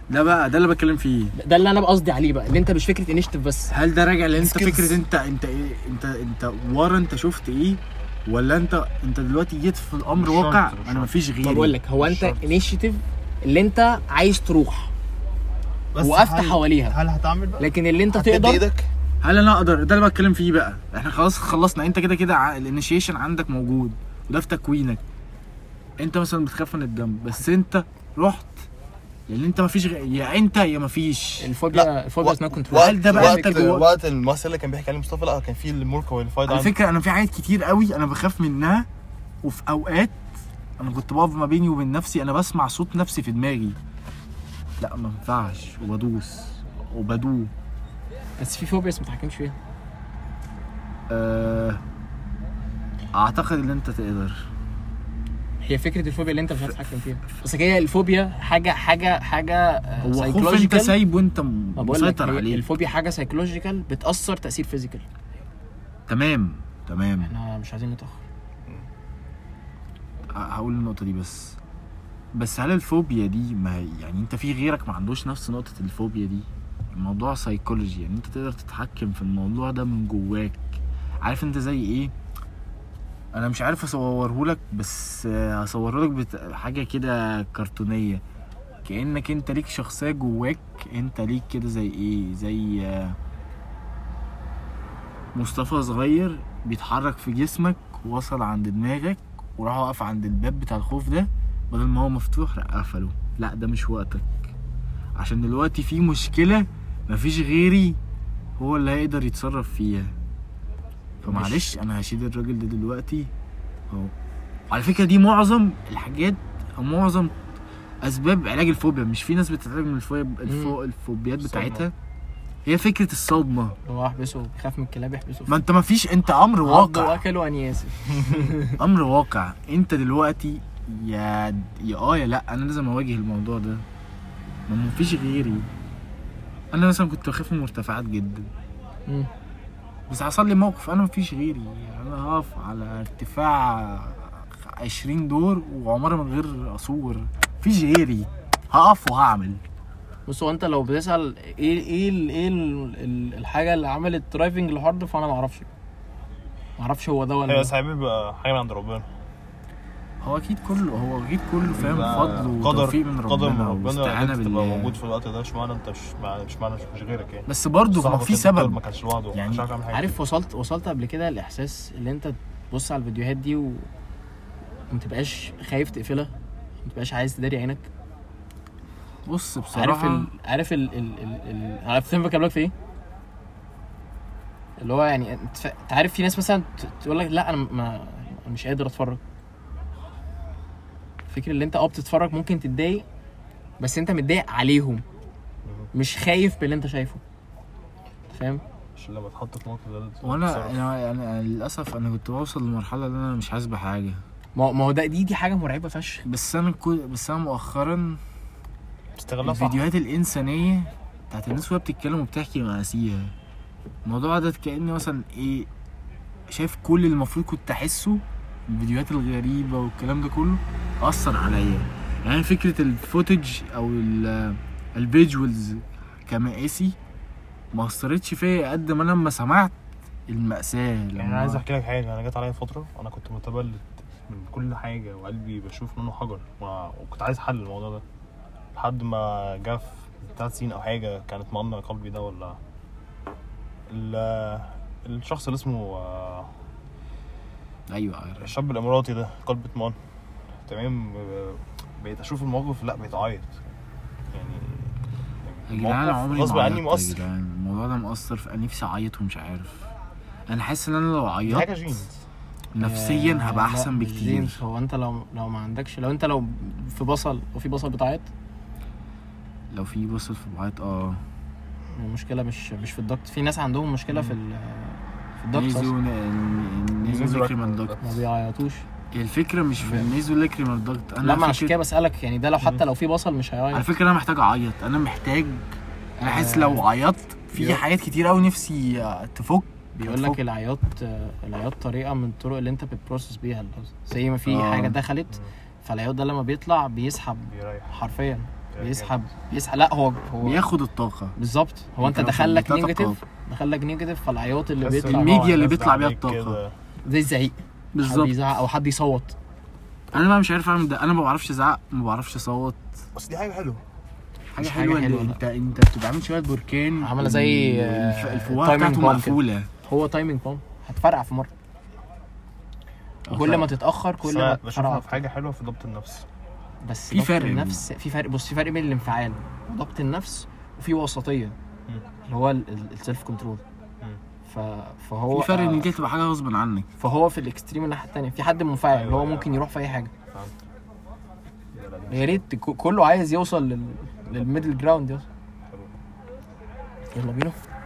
[SPEAKER 2] ده بقى ده اللي بتكلم فيه
[SPEAKER 3] ده اللي انا قصدي عليه بقى اللي انت مش فكره انشتف بس
[SPEAKER 2] هل ده راجع لان انت
[SPEAKER 1] Skills.
[SPEAKER 2] فكره انت انت ايه انت انت ورا انت شفت ايه ولا انت انت دلوقتي جيت في الامر
[SPEAKER 1] مش شرط،
[SPEAKER 2] واقع
[SPEAKER 1] مش
[SPEAKER 2] انا
[SPEAKER 1] شرط.
[SPEAKER 2] مفيش غيري
[SPEAKER 3] ما بقول لك هو
[SPEAKER 1] مش
[SPEAKER 3] انت
[SPEAKER 1] شرط.
[SPEAKER 3] انشتف اللي انت عايز تروح وقفت
[SPEAKER 1] هل-
[SPEAKER 3] حواليها
[SPEAKER 1] هل هتعمل بقى؟
[SPEAKER 3] لكن اللي انت
[SPEAKER 1] هتدي
[SPEAKER 3] تقدر
[SPEAKER 1] ايدك
[SPEAKER 2] هل انا اقدر ده اللي بتكلم فيه بقى احنا خلاص خلصنا انت كده كده ع- الانيشيشن عندك موجود وده في تكوينك انت مثلا بتخاف من الدم بس انت رحت لان انت مفيش غير يا انت يا مفيش
[SPEAKER 3] الفوبيا الفوبيا اسمها كنترول
[SPEAKER 1] وقت
[SPEAKER 2] هل ده بقى
[SPEAKER 1] وقت
[SPEAKER 2] اللي جواك؟
[SPEAKER 1] وقت الممثل اللي كان بيحكي عليه مصطفى لا كان في المور كواليفايد
[SPEAKER 2] على
[SPEAKER 1] عنده
[SPEAKER 2] فكره انا في حاجات كتير قوي انا بخاف منها وفي اوقات انا كنت بقف ما بيني وبين نفسي انا بسمع صوت نفسي في دماغي لا ما ينفعش وبدوس وبدوه
[SPEAKER 3] بس في فوبيا ما تتحكمش فيها
[SPEAKER 2] أه... اعتقد ان انت تقدر
[SPEAKER 3] هي فكره الفوبيا اللي انت مش عارف تتحكم فيها بس هي الفوبيا حاجه حاجه حاجه آه،
[SPEAKER 2] هو خوف
[SPEAKER 3] psychological.
[SPEAKER 2] انت سايب وانت
[SPEAKER 3] ما بقول لك
[SPEAKER 2] مسيطر
[SPEAKER 3] هي
[SPEAKER 2] عليه
[SPEAKER 3] الفوبيا حاجه سايكولوجيكال بتاثر تاثير فيزيكال
[SPEAKER 2] تمام تمام
[SPEAKER 3] احنا مش عايزين نتاخر
[SPEAKER 2] ه- هقول النقطه دي بس بس هل الفوبيا دي ما هي- يعني انت في غيرك ما عندوش نفس نقطة الفوبيا دي الموضوع سايكولوجي يعني انت تقدر تتحكم في الموضوع ده من جواك عارف انت زي ايه انا مش عارف اصوره لك بس آه، هصوره لك بت... حاجة كده كرتونية كأنك انت ليك شخصية جواك انت ليك كده زي ايه زي آه، مصطفى صغير بيتحرك في جسمك وصل عند دماغك وراح وقف عند الباب بتاع الخوف ده بدل ما هو مفتوح لا قفله لا ده مش وقتك عشان دلوقتي في مشكلة مفيش غيري هو اللي هيقدر يتصرف فيها فمعلش انا هشيل الراجل ده دلوقتي اهو على فكرة دي معظم الحاجات او معظم اسباب علاج الفوبيا مش في ناس بتتعالج من الفوبيا الفو... الفوبيات
[SPEAKER 1] الصدمة.
[SPEAKER 2] بتاعتها هي فكرة الصدمة
[SPEAKER 3] هو احبسه بيخاف من الكلاب يحبسه
[SPEAKER 2] ما انت ما فيش انت امر
[SPEAKER 3] عض
[SPEAKER 2] واقع
[SPEAKER 3] واكل وأنا ياسف
[SPEAKER 2] امر واقع انت دلوقتي يا يا اه يا لا انا لازم اواجه الموضوع ده ما مفيش غيري انا مثلا كنت بخاف من المرتفعات جدا
[SPEAKER 3] مم.
[SPEAKER 2] بس حصل لي موقف انا مفيش غيري انا هقف على ارتفاع 20 دور وعمري من غير اسور مفيش غيري هقف وهعمل
[SPEAKER 3] بص هو انت لو بتسال ايه ايه ال- ايه ال- ال- الحاجه اللي عملت درايفنج لحد فانا ما اعرفش ما اعرفش هو ده ولا
[SPEAKER 1] ايوه
[SPEAKER 3] ده.
[SPEAKER 1] ساعات بيبقى حاجه من عند ربنا
[SPEAKER 2] هو اكيد كله هو اكيد كله فاهم
[SPEAKER 1] بيبقى
[SPEAKER 2] فضل وتوفيق من ربنا
[SPEAKER 1] قدر من ربنا إن
[SPEAKER 2] واستعانه
[SPEAKER 1] انت تبقى
[SPEAKER 2] بالله
[SPEAKER 1] موجود في الوقت ده اشمعنى انت مش معنى مش معنى مش غيرك يعني
[SPEAKER 2] بس برضه ما
[SPEAKER 1] صاحبك
[SPEAKER 2] في
[SPEAKER 1] الدكتور
[SPEAKER 2] سبب
[SPEAKER 1] ما كانش لوحده
[SPEAKER 2] يعني
[SPEAKER 1] يعني مش عارف يعمل حاجه
[SPEAKER 3] عارف وصلت وصلت قبل كده الاحساس اللي انت تبص على الفيديوهات دي و ما تبقاش خايف تقفلها ما تبقاش عايز تداري عينك
[SPEAKER 2] بص بصراحه
[SPEAKER 3] عارف ال... عارف ال... ال... ال... ال... عارف فين بكلمك في ايه؟ اللي هو يعني انت فا- انت عارف في ناس مثلا ت- تقول لك لا انا ما... أنا مش قادر اتفرج فكرة اللي انت اه بتتفرج ممكن تتضايق بس انت متضايق عليهم مش خايف باللي انت شايفه فاهم؟
[SPEAKER 1] عشان لما تحط في موقف ده
[SPEAKER 2] وانا
[SPEAKER 1] تتصرف.
[SPEAKER 2] انا انا للاسف انا يعني كنت بوصل لمرحله ان انا مش حاسس بحاجه
[SPEAKER 3] ما ما هو ده دي دي حاجة مرعبة فشخ
[SPEAKER 2] بس انا كل بس انا مؤخرا
[SPEAKER 1] استغلها صح
[SPEAKER 2] الفيديوهات الانسانيه بتاعت الناس وهي بتتكلم وبتحكي مقاسيها الموضوع ده كاني مثلا ايه شايف كل اللي المفروض كنت احسه الفيديوهات الغريبه والكلام ده كله اثر عليا يعني فكره الفوتج او ال- الفيجوالز كمقاسي ما اثرتش فيا قد ما أنا لما سمعت المأساة
[SPEAKER 1] يعني
[SPEAKER 2] لما
[SPEAKER 1] انا عايز احكي لك حاجه انا جت عليا فتره انا كنت متبلد من كل حاجه وقلبي بشوف منه حجر ما- وكنت عايز حل الموضوع ده لحد ما جه في ثلاث سنين او حاجه كانت مأمنة قلبي ده ولا ال- الشخص اللي اسمه آه،
[SPEAKER 2] ايوه عارف.
[SPEAKER 1] الشاب الاماراتي ده قلب اطمئن تمام آه، بقيت اشوف الموقف لا بقيت اعيط يعني
[SPEAKER 2] يا جدعان
[SPEAKER 1] الموقف
[SPEAKER 2] عمري
[SPEAKER 1] غصب
[SPEAKER 2] ما
[SPEAKER 1] عني
[SPEAKER 2] عيطت يا
[SPEAKER 1] مؤثر
[SPEAKER 2] جدعان. الموضوع ده مؤثر في أنا نفسي اعيط ومش عارف انا حاسس ان انا لو
[SPEAKER 1] دي حاجه
[SPEAKER 2] عيطت
[SPEAKER 1] جينز
[SPEAKER 2] نفسيا هبقى احسن بكتير
[SPEAKER 3] جينز هو انت لو لو ما عندكش لو انت لو في بصل وفي بصل بتعيط
[SPEAKER 2] لو في بصل في بعيط اه
[SPEAKER 3] المشكله مش مش في الضغط في ناس عندهم مشكله في ال- في الضغط أصلاً.
[SPEAKER 2] نيزو نيزو لكريمال داكت
[SPEAKER 3] ما بيعيطوش
[SPEAKER 2] الفكره مش في النيزو لكريمال داكت
[SPEAKER 3] لا ما
[SPEAKER 2] انا
[SPEAKER 3] عشان
[SPEAKER 2] فكرة-
[SPEAKER 3] كده بسالك يعني ده لو حتى لو في بصل مش
[SPEAKER 2] على
[SPEAKER 3] هيعيط
[SPEAKER 2] فكره انا محتاج اعيط انا محتاج انا
[SPEAKER 3] آه.
[SPEAKER 2] حاسس لو عيطت في
[SPEAKER 3] يو.
[SPEAKER 2] حاجات كتير قوي نفسي آه، تفك
[SPEAKER 3] بيقول لك العياط آه، العياط طريقه من الطرق اللي انت بتبروسس بيها الحزن. زي ما في
[SPEAKER 2] آه.
[SPEAKER 3] حاجه دخلت فالعياط ده لما بيطلع بيسحب
[SPEAKER 1] بيريح
[SPEAKER 3] حرفيا بيسحب بيسحب لا هو هو
[SPEAKER 2] بياخد الطاقه
[SPEAKER 3] بالظبط هو انت
[SPEAKER 2] بيتنفض-
[SPEAKER 3] دخلك
[SPEAKER 2] بيتنفض.
[SPEAKER 3] نيجاتيف دخلك نيجاتيف فالعياط اللي
[SPEAKER 1] تحس إن
[SPEAKER 3] بيطلع
[SPEAKER 2] الميديا
[SPEAKER 1] هو
[SPEAKER 2] اللي
[SPEAKER 1] الناس
[SPEAKER 2] بيطلع
[SPEAKER 1] ده
[SPEAKER 2] بيها
[SPEAKER 1] عليك
[SPEAKER 2] الطاقة.
[SPEAKER 1] كده.
[SPEAKER 3] زي الزعيق حد
[SPEAKER 2] بالظبط
[SPEAKER 3] يزعق او حد يصوت
[SPEAKER 2] انا بقى مش عارف اعمل ده انا ما بعرفش ازعق ما بعرفش اصوت
[SPEAKER 1] بس دي حاجه حلوه
[SPEAKER 2] حاجه
[SPEAKER 3] مش
[SPEAKER 2] حلوه,
[SPEAKER 3] حاجة
[SPEAKER 2] اللي
[SPEAKER 3] حلوة،
[SPEAKER 2] انت انت بتبقى عامل شويه بركان
[SPEAKER 3] عاملة زي،
[SPEAKER 2] الف-
[SPEAKER 3] آه،
[SPEAKER 2] الفواه
[SPEAKER 3] timing
[SPEAKER 2] بتاعته
[SPEAKER 3] bomb
[SPEAKER 2] مقفوله
[SPEAKER 3] هو تايمنج بوم هتفرقع في مره كل ما تتاخر
[SPEAKER 1] بس
[SPEAKER 3] كل
[SPEAKER 1] انا
[SPEAKER 3] ما
[SPEAKER 1] بشوفها
[SPEAKER 3] تتفرقع
[SPEAKER 1] في حاجه حلوه في ضبط النفس
[SPEAKER 3] بس
[SPEAKER 2] في
[SPEAKER 3] ضبط
[SPEAKER 2] فرق
[SPEAKER 3] النفس في فرق بص في فرق بين الانفعال وضبط النفس وفي وسطيه اللي هو السيلف كنترول
[SPEAKER 1] مم.
[SPEAKER 3] ف... فهو آه،
[SPEAKER 2] في فرق ان دي تبقى حاجه غصب عنك
[SPEAKER 3] فهو في الاكستريم الناحيه الثانيه في حد منفعل اللي هو
[SPEAKER 1] أيوة.
[SPEAKER 3] ممكن يروح في اي حاجه
[SPEAKER 1] فهمت لا، لا، دي مش
[SPEAKER 3] يا ريت ك- كله عايز يوصل لل... للميدل جراوند يلا
[SPEAKER 1] حلوة.
[SPEAKER 3] يلا بينا